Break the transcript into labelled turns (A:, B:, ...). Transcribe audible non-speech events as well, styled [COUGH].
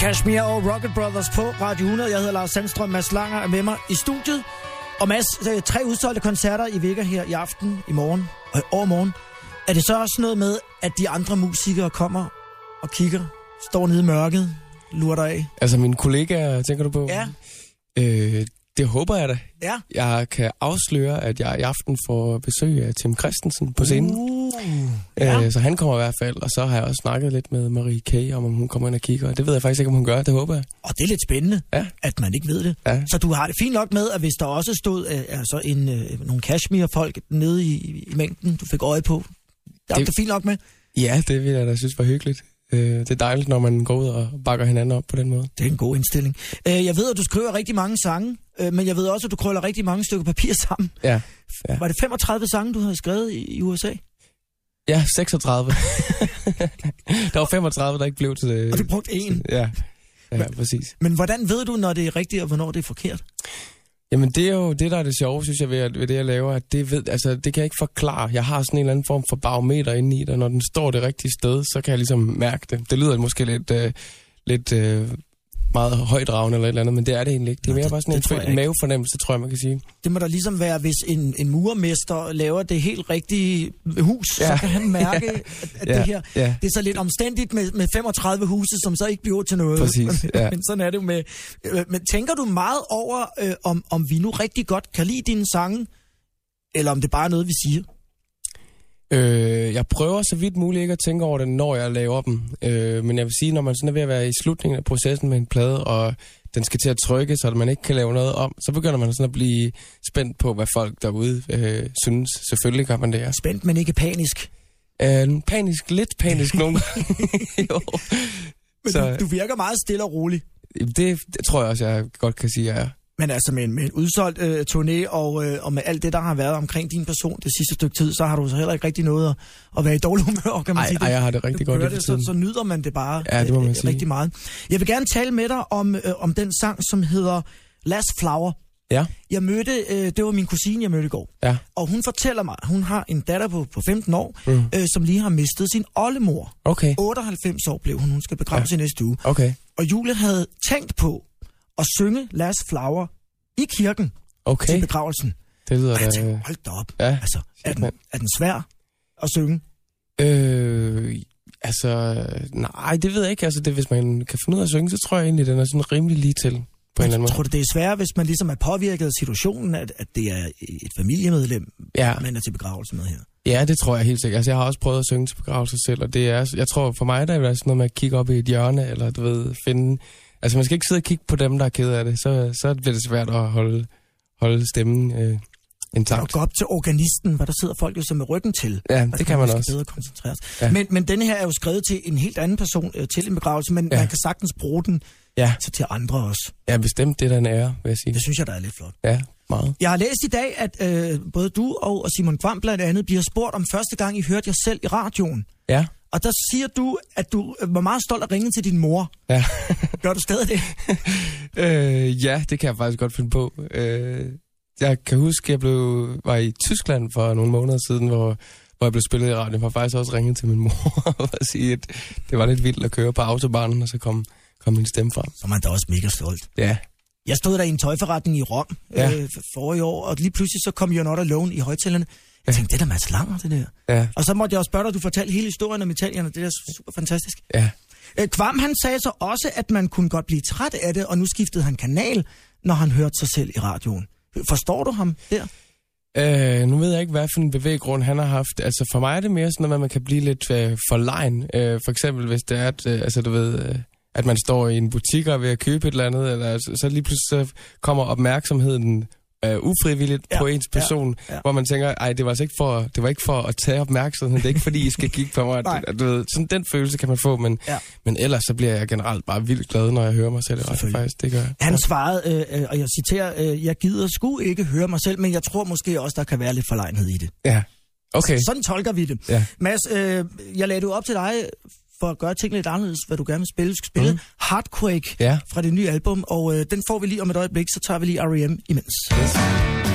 A: Kashmir og Rocket Brothers på Radio 100. Jeg hedder Lars Sandstrøm. Mads Langer er med mig i studiet. Og Mads, øh, tre udsolgte koncerter i Vega her i aften, i morgen og i overmorgen. Er det så også noget med, at de andre musikere kommer og kigger, står nede i mørket, lurer dig af?
B: Altså mine kollegaer, tænker du på?
A: Ja.
B: Øh, det håber jeg da.
A: Ja.
B: Jeg kan afsløre, at jeg i aften får besøg af Tim Christensen på scenen.
A: Uh.
B: Ja.
A: Ja.
B: Øh, så han kommer i hvert fald, og så har jeg også snakket lidt med Marie K. om, om hun kommer ind og kigger. Det ved jeg faktisk ikke, om hun gør. Det håber jeg.
A: Og det er lidt spændende,
B: Ja.
A: at man ikke ved det.
B: Ja.
A: Så du har det fint nok med, at hvis der også stod øh, altså en, øh, nogle Kashmir-folk nede i, i mængden, du fik øje på, der er det...
B: Det-
A: det fint nok med.
B: Ja, det vil jeg da synes var hyggeligt. Øh, det er dejligt, når man går ud og bakker hinanden op på den måde.
A: Det er en god indstilling. Øh, jeg ved, at du skriver rigtig mange sange, øh, men jeg ved også, at du krøller rigtig mange stykker papir [LAUGHS] sammen.
B: Ja.
A: Ja. Var det 35 sange, du havde skrevet i, i USA?
B: Ja,
A: [LAUGHS]
B: 36. der var 35, der ikke blev til det.
A: Og du brugte en.
B: Ja, ja præcis.
A: Men hvordan ved du, når det er rigtigt, og hvornår det er forkert?
B: Jamen det er jo det, der er det sjove, synes jeg, ved, at- ved det, jeg laver, at det, ved, altså, det kan jeg ikke forklare. Jeg har sådan en eller anden form for barometer inde i det, og når den står det rigtige sted, så kan jeg ligesom mærke det. Det lyder måske lidt, øh, lidt øh, meget højdragende eller et eller andet, men det er det egentlig ikke. Det er
A: Nå,
B: mere
A: det-
B: bare sådan
A: det
B: en
A: tror jeg
B: fe-
A: ikke.
B: mavefornemmelse, tror jeg, man kan sige.
A: Det må da ligesom være, hvis en, en murermester laver det helt rigtige hus, ja.
B: Ja.
A: så kan han mærke, at, at ja. det her...
B: ja.
A: Det er så lidt omstændigt med, med 35 huse, som så ikke bliver til noget. [LAUGHS]
B: Præcis,
A: Men,
B: ja.
A: men sådan er det jo med... øh, Men tænker du meget over, øh, om, om vi nu rigtig godt kan lide dine sange, eller om det bare er noget, vi siger?
B: Øh, jeg prøver så vidt muligt ikke at tænke over det, når jeg laver dem. Øh, men jeg vil sige, når man sådan er ved at være i slutningen af processen med en plade, og den skal til at trykke, så man ikke kan lave noget om, så begynder man sådan at blive spændt på, hvad folk derude øh, synes. Selvfølgelig gør man det, ja.
A: Spændt, men ikke panisk.
B: Øh, panisk, lidt panisk nogle gange. [LAUGHS] jo.
A: Men
B: Så-
A: så... du, du virker meget stille og rolig.
B: Det, det tror jeg også, jeg godt kan sige, jeg er.
A: Men altså med en, med en udsolgt øh, turné og, øh, og med alt det, der har været omkring din person det sidste stykke tid, så har du så heller ikke rigtig noget at, at være i dårlig humør, over, kan man
B: Ej,
A: sige.
B: ej, jeg har det rigtig
A: du
B: godt
A: gør
B: i
A: det,
B: det,
A: så, så
B: så...
A: nyder man det bare
B: Ja, det må
A: øh,
B: man
A: øh,
B: sige.
A: rigtig meget. Jeg vil gerne tale med dig om, øh, om den sang, som hedder Last Flower.
B: Ja,
A: Jeg mødte, øh, det var min kusine, jeg mødte i går,
B: ja.
A: og hun fortæller mig, at hun har en datter på, på 15 år,
B: Mm.
A: øh, som lige har mistet sin oldemor.
B: Okay,
A: 98 år blev hun, hun skal begraves ja. i næste uge.
B: okay,
A: Og Julie havde tænkt på at synge Last Flower i kirken til
B: okay.
A: begravelsen.
B: Det lyder
A: Og jeg
B: da...
A: tænkte, hold da op.
B: Ja.
A: Altså, er den,
B: Shit,
A: er den svær at synge?
B: Øh, altså, nej, det ved jeg ikke. Altså, det, hvis man kan finde ud af at synge, så tror jeg egentlig, den er sådan rimelig lige til på en eller anden
A: Jeg
B: måde.
A: tror du, det er sværere, hvis man ligesom er påvirket af situationen, at, at det er et familiemedlem,
B: Ja,
A: man er til begravelse med her?
B: ja, det tror jeg helt sikkert. Altså, jeg har også prøvet at synge til begravelser selv, og det er, jeg tror for mig, der er sådan noget med at kigge op i et hjørne, eller du ved, finde... Altså, man skal ikke sidde og kigge på dem, der er ked af det. Så, så bliver det svært at holde, holde stemmen øh,
A: Og
B: intakt.
A: gå op til organisten, hvor der sidder folk jo så med ryggen til.
B: Ja,
A: Og
B: det kan man
A: måske
B: også.
A: Altså, bedre koncentrere sig. Ja.
B: Ja.
A: Men, men denne her er jo skrevet til en helt anden person øh, til en begravelse, men ja.
B: Ja.
A: man kan sagtens bruge den
B: Ja,
A: til, til andre også.
B: ja bestemt det, er der er en ære, vil jeg sige.
A: Det synes jeg, der er lidt flot.
B: Ja, meget.
A: Jeg har læst i dag, at øh, både du og, og Simon Kvam blandt andet bliver spurgt om første gang, I hørte jer selv i radioen.
B: Ja,
A: Og der siger du, at du øh, var meget stolt at ringe til din mor.
B: ja.
A: [LAUGHS] Gør du stadig det?
B: Øh, ja, det kan jeg faktisk godt finde på. Øh, jeg kan huske, jeg blev, var i Tyskland for nogle måneder siden, hvor, hvor jeg blev spillet i radioen. Jeg har faktisk også ringet til min mor [LAUGHS] og sige, at det var lidt vildt at køre på autobanen, og så kom, kom min stemme frem.
A: Så er man da også mega stolt.
B: Ja,
A: Jeg stod der i en tøjforretning i Rom ja.
B: Ja.
A: øh, for- forrige år, og lige pludselig så kom You're Not Alone i højtalerne. Jeg tænkte, det er da Mads Langer, det der.
B: ja,
A: Og så måtte jeg også spørge dig, du fortalte hele historien om italienerne. Det er da super fantastisk.
B: ja.
A: Øh, Kvam, han sagde så også, at man kunne godt blive træt af det, og nu skiftede han kanal, når han hørte sig selv i radioen. Forstår du ham der?
B: Øh, nu ved jeg ikke, hvad for en bevæggrund han har haft. Altså for mig er det mere sådan noget, at man kan blive lidt øh, for lejen. Øh, for eksempel hvis det er, at, øh, altså, du ved, øh, at man står i en butik og er ved at købe et eller andet, eller så, så lige pludselig så kommer opmærksomheden øh, ufrivilligt
A: Ja,
B: ja, på ens
A: ja,
B: person, ja,
A: ja.
B: ja. hvor man tænker, ej, det var altså ikke for, det var ikke for at tage opmærksomheden, det er ikke fordi, I skal kigge på
A: [LAUGHS]
B: mig.
A: Nej.
B: At, at, du ved, sådan den følelse kan man få, men,
A: Ja.
B: ja. men ellers så bliver jeg generelt bare vildt glad, når jeg hører mig selv. i radio,
A: Selvfølgelig.
B: Faktisk, det gør jeg.
A: Han svarede, øh, øh, og jeg citerer, øh, jeg gider sgu ikke høre mig selv, men jeg tror måske også, der kan være lidt forlegenhed i det.
B: Ja. Okay.
A: Sådan tolker vi det.
B: Ja.
A: Mads, øh, jeg lagde det jo op til dig for at gøre tingene lidt anderledes, hvad du gerne vil spille. Du skal spille mm. Heartquake
B: Mhm. Ja.
A: fra det nye album, og øh, den får vi lige om et øjeblik, så tager vi lige R.E.M. E imens.
B: Yes.